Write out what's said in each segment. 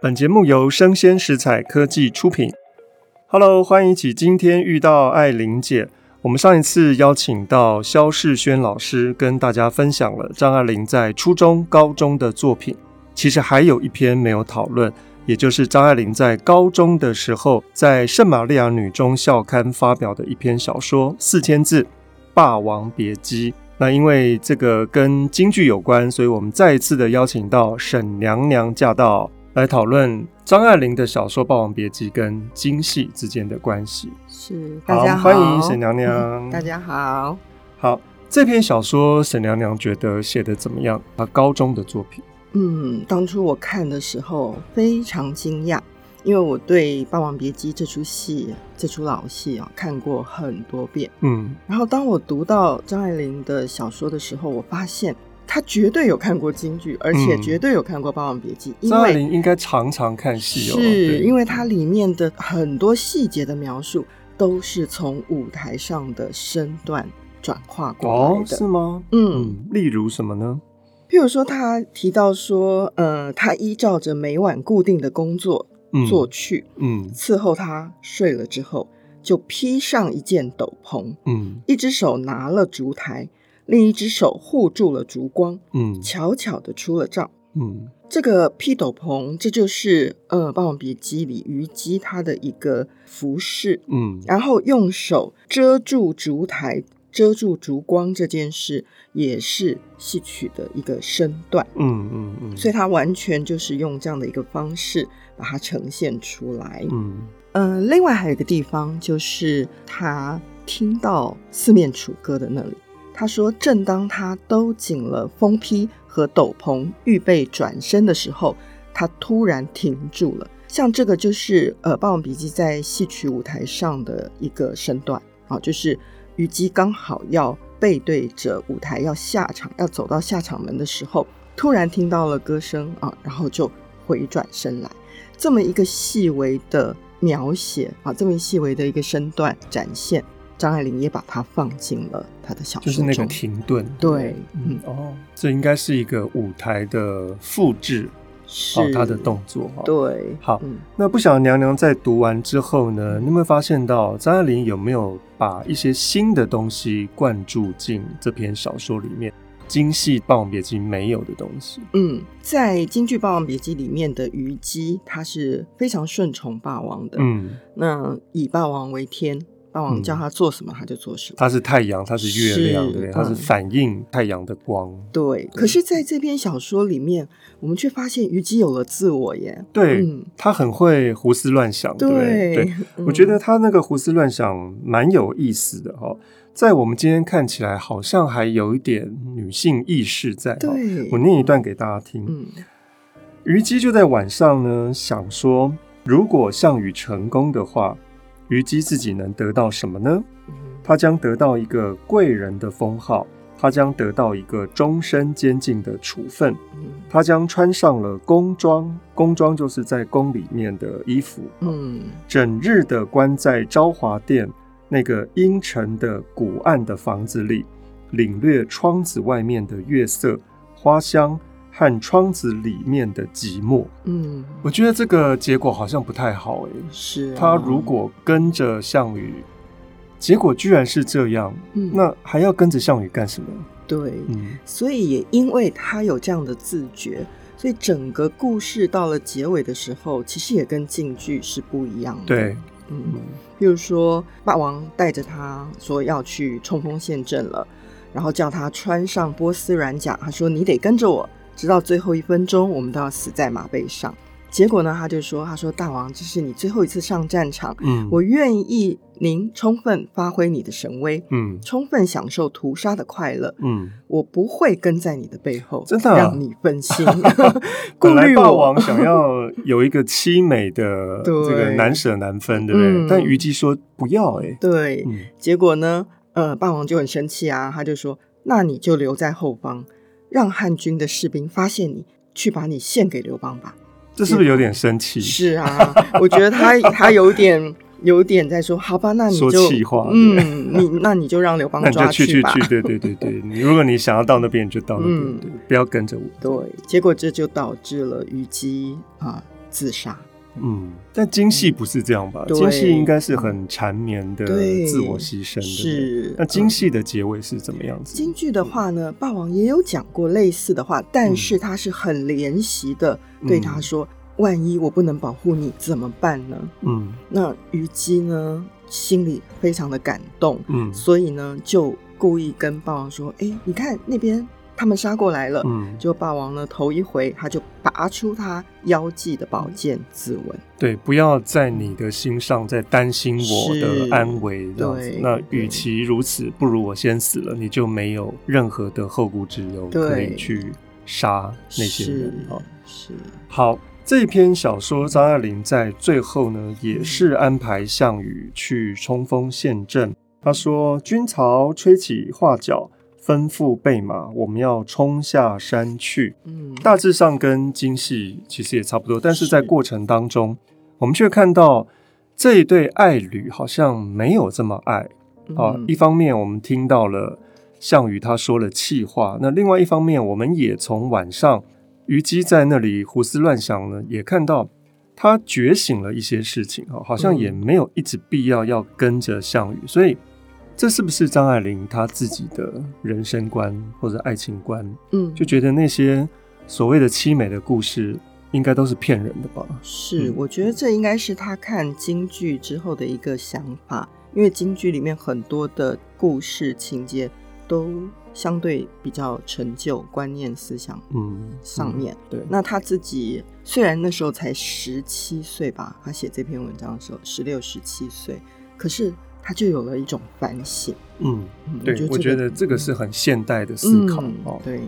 本节目由生鲜食材科技出品。Hello，欢迎一起今天遇到艾琳姐。我们上一次邀请到肖世轩老师跟大家分享了张爱玲在初中、高中的作品，其实还有一篇没有讨论，也就是张爱玲在高中的时候在《圣玛利亚女中校刊》发表的一篇小说，四千字《霸王别姬》。那因为这个跟京剧有关，所以我们再一次的邀请到沈娘娘驾到。来讨论张爱玲的小说《霸王别姬》跟京戏之间的关系。是，大家好，欢迎沈娘娘。 大家好，好，这篇小说沈娘娘觉得写的怎么样？她高中的作品，嗯，当初我看的时候非常惊讶，因为我对《霸王别姬》这出戏、这出老戏啊看过很多遍。嗯，然后当我读到张爱玲的小说的时候，我发现。他绝对有看过京剧，而且绝对有看过《霸王别姬》因嗯张爱为玲应该常常看戏哦，是因为为它里面的很多细节的描述都是从舞台上的身段转化过哦来，的。是吗？嗯，嗯，例如什么呢？譬如说他提到说，呃，他依照着每晚固定的工作嗯，做去，嗯伺候他睡了之后，就披上一件斗篷，嗯一只手拿了烛台，另一只手护住了烛光，嗯悄悄地出了帐。嗯这个披斗篷，这就是呃《霸王别姬》里虞姬她的一个服饰，嗯然后用手遮住烛台、遮住烛光这件事，也是戏曲的一个身段，嗯嗯嗯，所以它完全就是用这样的一个方式把它呈现出来。嗯嗯、另外还有一个地方就是他听到四面楚歌的那里，他说，正当他兜紧了风披和斗篷，预备转身的时候，他突然停住了。像这个就是呃《霸王别姬》在戏曲舞台上的一个身段啊，就是虞姬刚好要背对着舞台要下场，要走到下场门的时候，突然听到了歌声啊，然后就回转身来。这么一个细微的描写啊，这么细微的一个身段展现，张爱玲也把它放进了她的小说就中。是那个停顿，对嗯哦，这应该是一个舞台的复制，是哦，她的动作，哦对，好嗯，那不晓得娘娘在读完之后呢，你有没有发现到张爱玲有没有把一些新的东西灌注进这篇小说里面？京戏《霸王别姬》没有的东西，嗯，在京剧《霸王别姬》里面的虞姬，她是非常顺从霸王的。，嗯，那以霸王为天，霸王嗯叫他做什么，他就做什么。它是太阳，它是月亮，是对不对，它是嗯反映太阳的光，对，可是在这篇小说里面，我们却发现虞姬有了自我耶。对，嗯，它很会胡思乱想，对不对，对对，嗯我觉得他那个胡思乱想蛮有意思的哈、哦，在我们今天看起来好像还有一点女性意识在、哦。对我念一段给大家听。嗯虞姬就在晚上呢，想说，如果项羽成功的话，虞姬自己能得到什么呢？嗯她将得到一个贵人的封号，她将得到一个终身监禁的处分，嗯她将穿上了宫装，宫装就是在宫里面的衣服，嗯整日的关在昭华殿那个阴沉的古暗的房子里，领略窗子外面的月色、花香和窗子里面的寂寞。嗯，我觉得这个结果好像不太好诶、是啊他如果跟着项羽，结果居然是这样，嗯那还要跟着项羽干什么？对，嗯所以也因为他有这样的自觉，所以整个故事到了结尾的时候，其实也跟京剧是不一样的。对，嗯，比如说霸王带着他说要去冲锋陷阵了，然后叫他穿上波斯软甲，他说你得跟着我，直到最后一分钟，我们都要死在马背上。结果呢，他就说：“他说大王，这是你最后一次上战场，嗯我愿意您充分发挥你的神威，嗯充分享受屠杀的快乐。嗯，我不会跟在你的背后，真的啊，让你分心 顾本来虑霸我。王想要有一个凄美 的这对个难舍难分，对不对？嗯但虞姬说不要、欸，对，嗯结果呢，呃，霸王就很生气啊，他就说：“那你就留在后方，让汉军的士兵发现你，去把你献给刘邦吧。这是不是有点生”气？是啊，我觉得他他有点 有点在说：“好吧，那你说就气话嗯，你那你就让刘邦 那你就抓去去吧。去，对对对对，你如果你想要到那边，你就到那边，嗯对，不要跟着我。对，结果这就导致了虞姬啊自杀。嗯，但京戏不是这样吧？对京戏应该是很缠绵的嗯对呃嗯自我牺牲的。是那京戏的结尾是怎么样子？京剧的话呢，霸王也有讲过类似的话，但嗯是他是很怜惜的对他说：“万一我不能保护你怎么办呢嗯？”那虞姬呢，心里非常的感动，嗯所以呢，就故意跟霸王说：“哎，你看那边他们杀过来了。嗯，就霸王呢，头一回他就拔出他腰际的宝剑自刎。对，不要在你的心上再担心我的安危，这样子对。那与其如此，不如我先死了，你就没有任何的后顾之忧，对可以去杀那些人啊。哦是，好，这篇小说张爱玲在最后呢，嗯也是安排项羽去冲锋陷阵。他说：“军曹吹起画角，吩咐备马，我们要冲下山去。”嗯，大致上跟京戏其实也差不多，但是是在过程当中，我们却看到这一对爱侣好像没有这么爱啊。嗯一方面，我们听到了项羽他说了气话；那另外一方面，我们也从晚上虞姬在那里胡思乱想呢，也看到他觉醒了一些事情啊，好像嗯也没有一直必要要跟着项羽，所以。这是不是张爱玲她自己的人生观或者爱情观嗯，就觉得那些所谓的凄美的故事，应该都是骗人的吧？是，嗯我觉得这应该是他看京剧之后的一个想法，因为京剧里面很多的故事情节都相对比较陈旧，观念思想嗯，上面。嗯对，那他自己虽然那时候才十七岁吧，他写这篇文章的时候十六、十七岁，可是他就有了一种反省。嗯，嗯，对，我这觉个得这个是很现代的思考嗯哦。对，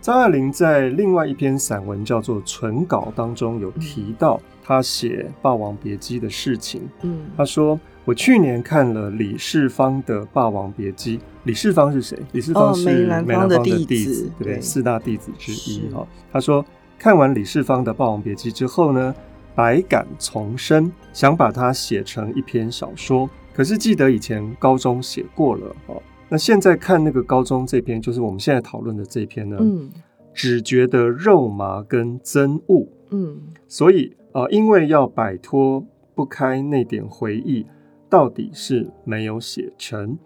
张爱玲在另外一篇散文叫做《存稿》当中有提到，她写《霸王别姬》的事情。嗯，她说：“我去年看了李世芳的《霸王别姬》，李世芳是谁？李世芳哦是梅梅兰兰芳芳的的弟弟子子，对不对？对四大弟子之一是哈。她说，看完李世芳的《霸王别姬》之后呢，百感丛生，想把它写成一篇小说。可是记得以前高中写过了哦。那现在看那个高中这篇，就是我们现在讨论的这篇呢，嗯只觉得肉麻跟憎恶。嗯所以呃，因为要摆脱不开那点回忆，到底是没有写成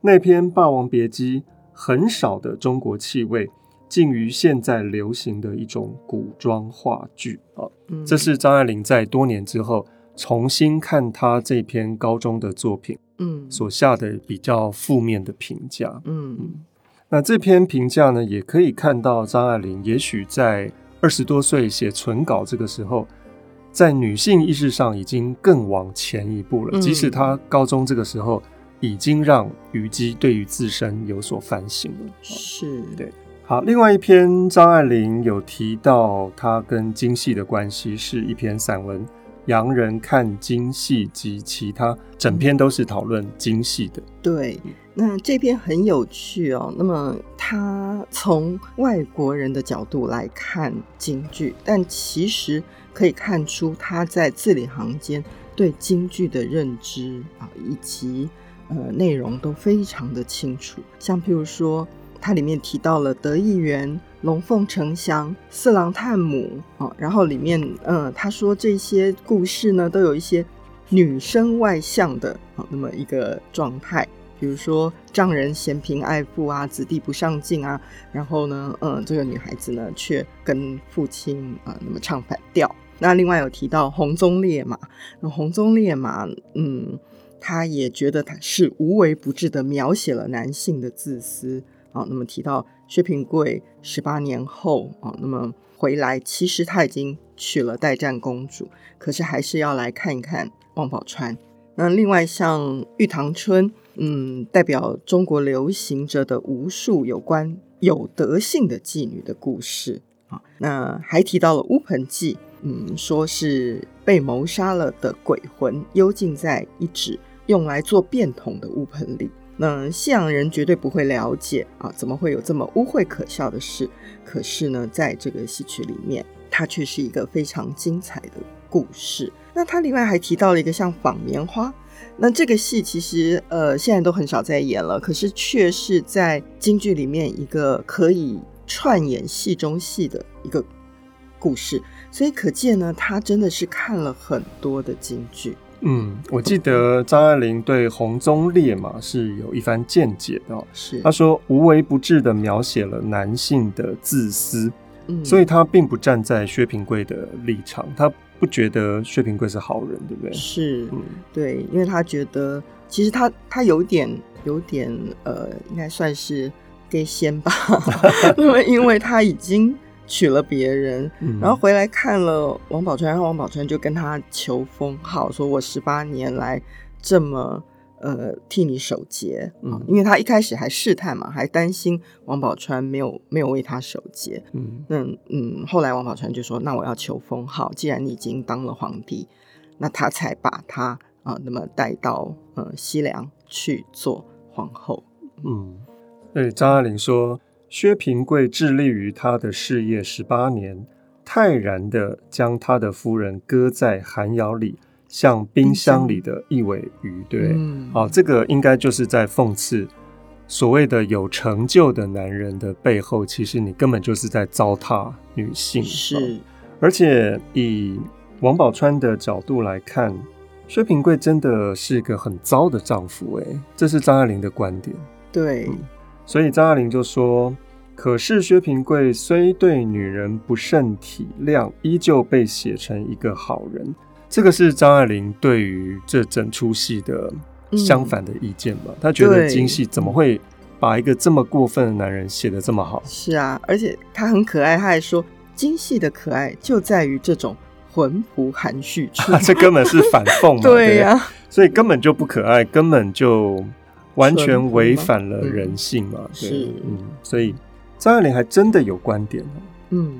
那篇《霸王别姬》，很少的中国气味，近于现在流行的一种古装话剧啊。嗯，这是张爱玲在多年之后重新看她这篇高中的作品嗯所下的比较负面的评价。嗯那这篇评价呢，也可以看到张爱玲也许在二十多岁写存稿这个时候，在女性意识上已经更往前一步了。嗯即使她高中这个时候已经让虞姬对于自身有所反省了。是，对好，另外一篇张爱玲有提到她跟京戏的关系，是一篇散文《洋人看京戏及其他》，整篇都是讨论京戏的。对嗯，那这篇很有趣哦。那么，他从外国人的角度来看京剧，但其实可以看出他在字里行间对京剧的认知啊，以及呃内容都非常的清楚。像譬如说，它里面提到了德义园、龙凤呈祥、四郎探母啊，然后里面呃，他说这些故事呢都有一些女生外向的啊那么一个状态，比如说丈人嫌贫爱富啊，子弟不上进啊，然后呢，嗯，这个女孩子呢却跟父亲啊、那么唱反调。那另外有提到红鬃烈马，那红鬃烈马，嗯，他也觉得他是无微不至的描写了男性的自私啊、那么提到薛平贵十八年后啊、那么回来，其实他已经娶了代战公主，可是还是要来看一看王宝钏。那另外像玉堂春，嗯，代表中国流行着的无数有关有德性的妓女的故事啊。那还提到了乌盆记，嗯，说是被谋杀了的鬼魂幽禁在一指用来做便桶的乌盆里。那西洋人绝对不会了解啊，怎么会有这么污秽可笑的事？可是呢，在这个戏曲里面，它却是一个非常精彩的故事。那它另外还提到了一个像纺棉花，那这个戏其实呃现在都很少在演了，可是却是在京剧里面一个可以串演戏中戏的一个故事。所以可见呢，他真的是看了很多的京剧。嗯，我记得张爱玲对红宗烈嘛是有一番见解的哦、是她，说无微不至地描写了男性的自私，嗯所以她并不站在薛平贵的立场，她不觉得薛平贵是好人，对不对？是嗯对，因为他觉得其实他他有点有点呃，应该算是给先吧， 因为因为他已经娶了别人，嗯，然后回来看了王宝钏，然后王宝钏就跟他求封号，说我十八年来这么呃替你守节，啊嗯因为他一开始还试探嘛，还担心王宝钏没有没有为他守节，嗯那嗯，后来王宝钏就说：“那我要求封号，既然你已经当了皇帝，那他才把他啊、呃那么带到呃西凉去做皇后。嗯，对，张爱玲说，薛平贵致力于他的事业十八年，泰然地将他的夫人搁在寒窑里，像冰箱里的一尾鱼。对，嗯好、啊这个应该就是在讽刺所谓的有成就的男人的背后，其实你根本就是在糟蹋女性。哦是，而且以王宝钏的角度来看。薛平贵真的是个很糟的丈夫、诶，这是张爱玲的观点。对，嗯所以张爱玲就说：“可是薛平贵虽对女人不甚体谅，依旧被写成一个好人。”这个是张爱玲对于这整出戏的嗯相反的意见吧？她觉得对京戏怎么会把一个这么过分的男人写得这么 好？。是啊，而且他很可爱，他还说京戏的可爱就在于这种浑朴含蓄处 这根本是反讽嘛！对呀、所以根本就不可爱，根本就完全违反了纯朴吗人性嘛。对是嗯，所以张爱玲还真的有观点哦。嗯，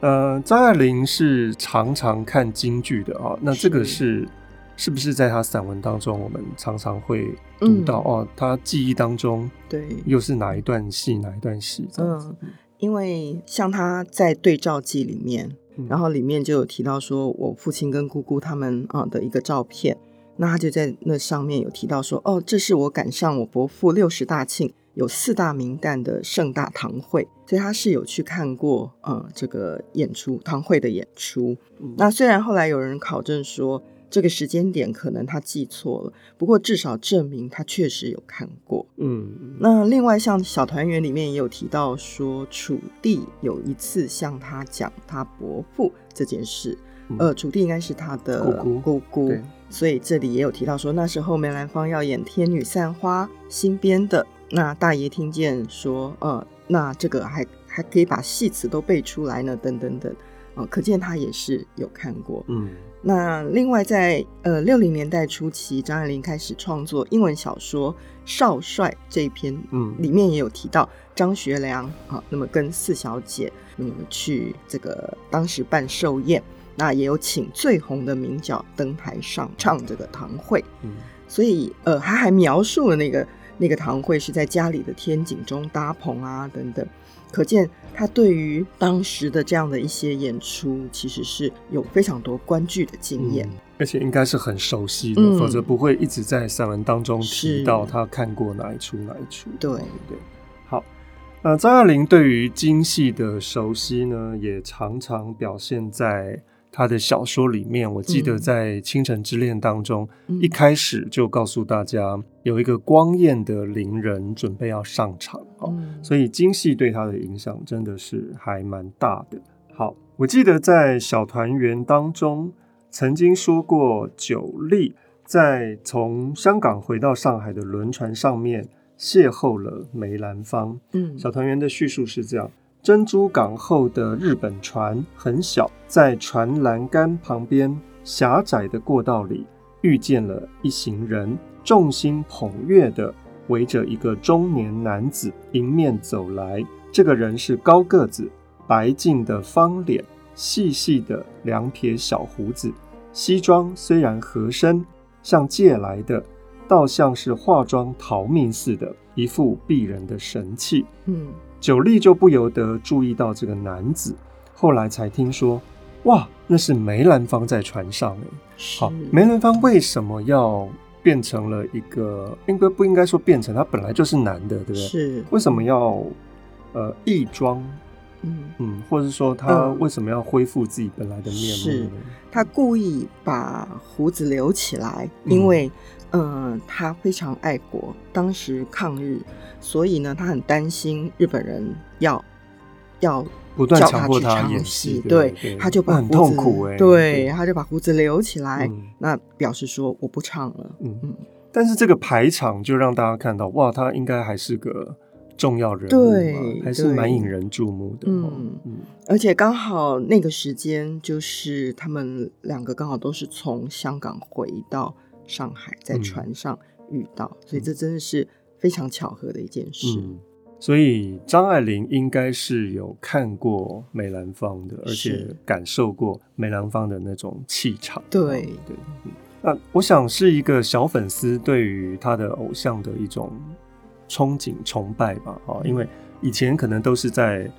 呃，张爱玲是常常看京剧的啊、那这个是是不是在她散文当中，我们常常会读到、哦？她记忆当中对，又是哪一段戏，哪一段戏这样子？因为像他在对照记里面，嗯然后里面就有提到说我父亲跟姑姑他们啊的一个照片，那他就在那上面有提到说，哦，这是我赶上我伯父六十大庆有四大名旦的盛大堂会，所以他是有去看过呃这个演出堂会的演出。嗯那虽然后来有人考证说这个时间点可能他记错了，不过至少证明他确实有看过。嗯那另外，像小团圆里面也有提到说，楚地有一次向他讲他伯父这件事，嗯呃，楚地应该是他的姑姑对所以这里也有提到说，那时候梅兰芳要演《天女散花》新编的，那大爷听见说，呃，那这个还还可以把戏词都背出来呢，等等等，呃，可见他也是有看过。嗯那另外在呃六零年代初期，张爱玲开始创作英文小说《少帅》这一篇，嗯里面也有提到张学良啊，那么跟四小姐那么去这个当时办寿宴，那也有请最红的名角登台上唱这个堂会，嗯所以呃，他还描述了那个那个堂会是在家里的天井中搭棚啊等等，可见他对于当时的这样的一些演出，其实是有非常多观剧的经验。嗯，而且应该是很熟悉的，嗯否则不会一直在散文当中提是到她看过哪一出哪一出。对对，好。呃，张爱玲对于京戏的熟悉呢，也常常表现在她的小说里面。我记得嗯在《倾城之恋》当中，嗯一开始就告诉大家有一个光艳的伶人准备要上场哦，嗯所以京戏对她的影响真的是还蛮大的。好，我记得在《小团圆》当中曾经说过，九莉在从香港回到上海的轮船上面邂逅了梅兰芳。嗯小团圆的叙述是这样：珍珠港后的日本船很小，在船栏杆旁边狭窄的过道里，遇见了一行人，众星捧月的围着一个中年男子迎面走来。这个人是高个子，白净的方脸，细细的两撇小胡子，西装虽然合身，像借来的，倒像是化妆逃命似的，一副鄙人的神气。嗯九莉就不由得注意到这个男子，后来才听说，哇，那是梅兰芳在船上哎。好，梅兰芳为什么要变成了一个？应该不应该说变成？他本来就是男的，对不对？是为什么要呃异装嗯，嗯，或者是说他嗯为什么要恢复自己本来的面目是呢？他故意把胡子留起来，嗯因为，嗯、他非常爱国，当时抗日，所以呢，他很担心日本人要要不断叫强他迫去他唱演戏戏，对不对，他就把那很胡子痛苦哎，对，，他就把胡子留起来，嗯那表示说我不唱了。嗯嗯。但是这个排场就让大家看到，哇，他应该还是个重要人物嘛，对还是蛮对引人注目的哦。嗯嗯而且刚好那个时间，就是他们两个刚好都是从香港回到上海，在嗯船上遇到，所以这真的是非常巧合的一件事。嗯，所以张爱玲应该是有看过梅兰芳的，而且是感受过梅兰芳的那种气场。对嗯对，嗯那我想是一个小粉丝对于他的偶像的一种憧憬、崇拜吧。啊，嗯因为以前可能都是在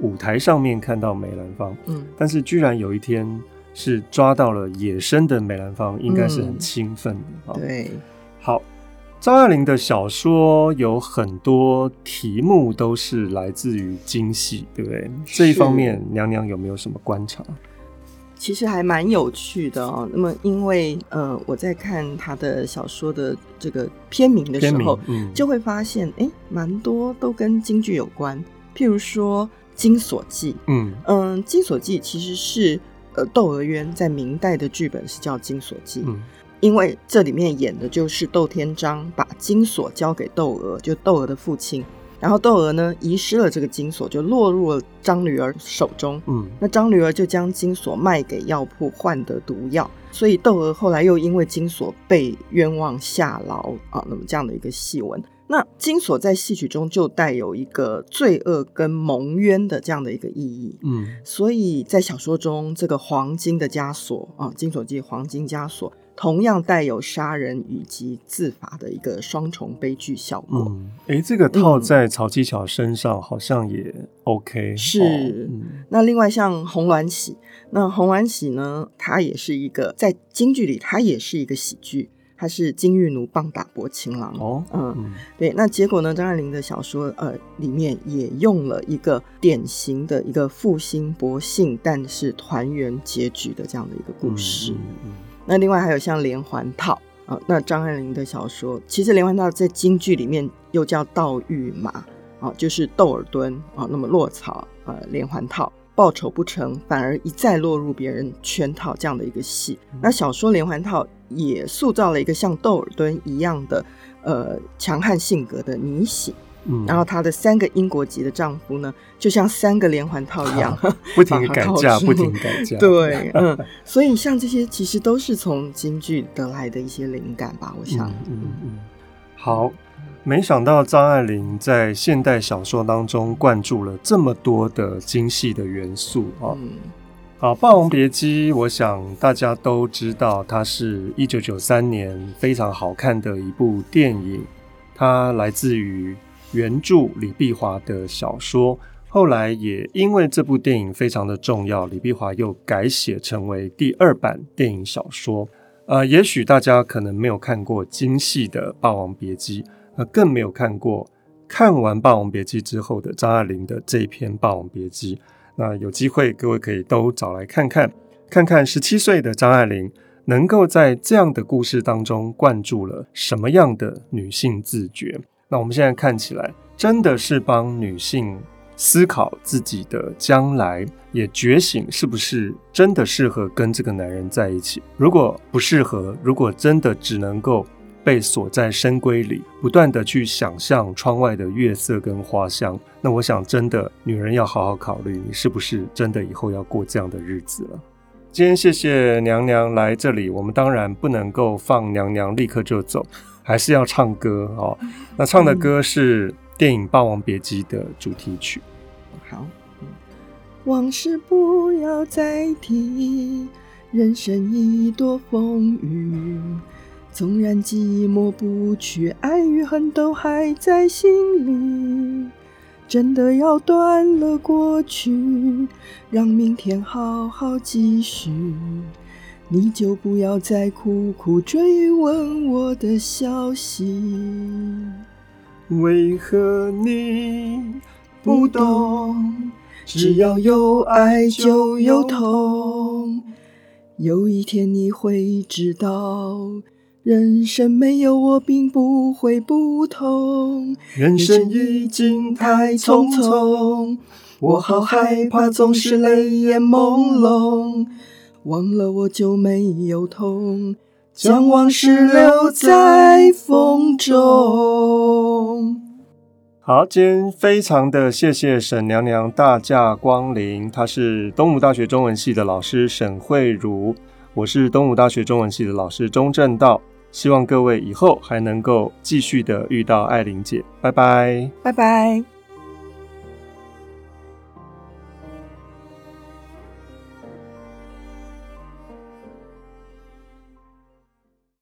舞台上面看到梅兰芳，嗯，但是居然有一天是抓到了野生的梅兰芳，应该是很嗯兴奋的啊。对，好，张爱玲的小说有很多题目都是来自于京戏，对不对？这一方面，娘娘有没有什么观察？其实还蛮有趣的哦。那么，因为呃，我在看他的小说的这个片名的时片名候，，嗯，就会发现，哎，蛮多都跟京剧有关，譬如说《金锁记》，嗯嗯，《金锁记》其实是呃《窦娥冤》在明代的剧本是叫《金锁记》嗯因为这里面演的就是窦天章把金锁交给窦娥，就窦娥的父亲。然后窦娥呢遗失了这个金锁，就落入了张女儿手中。嗯那张女儿就将金锁卖给药铺，换得毒药。所以窦娥后来又因为金锁被冤枉下牢啊，那么这样的一个戏文。那金锁在戏曲中就带有一个罪恶跟蒙冤的这样的一个意义。嗯所以在小说中，这个黄金的枷锁啊，《金锁记》黄金枷锁，同样带有杀人以及自罚的一个双重悲剧效果。嗯，哎，这个套在曹七巧身上好像也 OK，哦是嗯那另外像红鸾喜，那红鸾喜呢，它也是一个在京剧里，它也是一个喜剧，它是金玉奴棒打薄情郎。哦，嗯，嗯对。那结果呢，张爱玲的小说呃里面也用了一个典型的一个负心薄幸，但是团圆结局的这样的一个故事。嗯嗯那另外还有像连环套啊、呃那张爱玲的小说，其实连环套在京剧里面又叫盗御马啊、就是窦尔敦啊、那么落草呃连环套。报仇不成，反而一再落入别人圈套这样的一个戏。那小说《连环套》也塑造了一个像窦尔敦一样的，呃，强悍性格的女喜。嗯然后她的三个英国籍的丈夫呢，就像三个连环套一样，不停的把它改套嫁，住不停地改嫁，对，嗯，所以像这些其实都是从京剧得来的一些灵感吧，我想。嗯嗯，好，没想到张爱玲在现代小说当中灌注了这么多的精细的元素啊。嗯好，《霸王别姬》，我想大家都知道，它是一九九三年非常好看的一部电影，它来自于原著李碧华的小说。后来也因为这部电影非常的重要，李碧华又改写成为第二版电影小说。呃，也许大家可能没有看过京戏的《霸王别姬》，呃，更没有看过看完《霸王别姬》之后的张爱玲的这一篇《霸王别姬》。那有机会，各位可以都找来看看，看看十七岁的张爱玲能够在这样的故事当中灌注了什么样的女性自觉。那我们现在看起来，真的是帮女性思考自己的将来，也觉醒是不是真的适合跟这个男人在一起。如果不适合，如果真的只能够被锁在深闺里，不断的去想象窗外的月色跟花香。那我想，真的女人要好好考虑，你是不是真的以后要过这样的日子了。今天谢谢娘娘来这里，我们当然不能够放娘娘立刻就走，还是要唱歌哦。那唱的歌是电影《霸王别姬》的主题曲。好，嗯往事不要再提，人生已多风雨。纵然寂寞不去，爱与恨都还在心里。真的要断了过去，让明天好好继续。你就不要再苦苦追问我的消息。为何你不懂？只要有爱就有痛。有一天你会知道，人生没有我并不会不同。人人生生已经已经太太匆匆匆。匆，我好害怕总是泪眼朦胧，忘了我就没有痛，将往事留在风中。好，今天非常的谢谢沈娘娘大驾光临，她是东吴大学中文系的老师沈慧茹，我是东吴大学中文系的老师钟正道，希望各位以后还能够继续的遇到艾琳姐，拜拜。拜拜。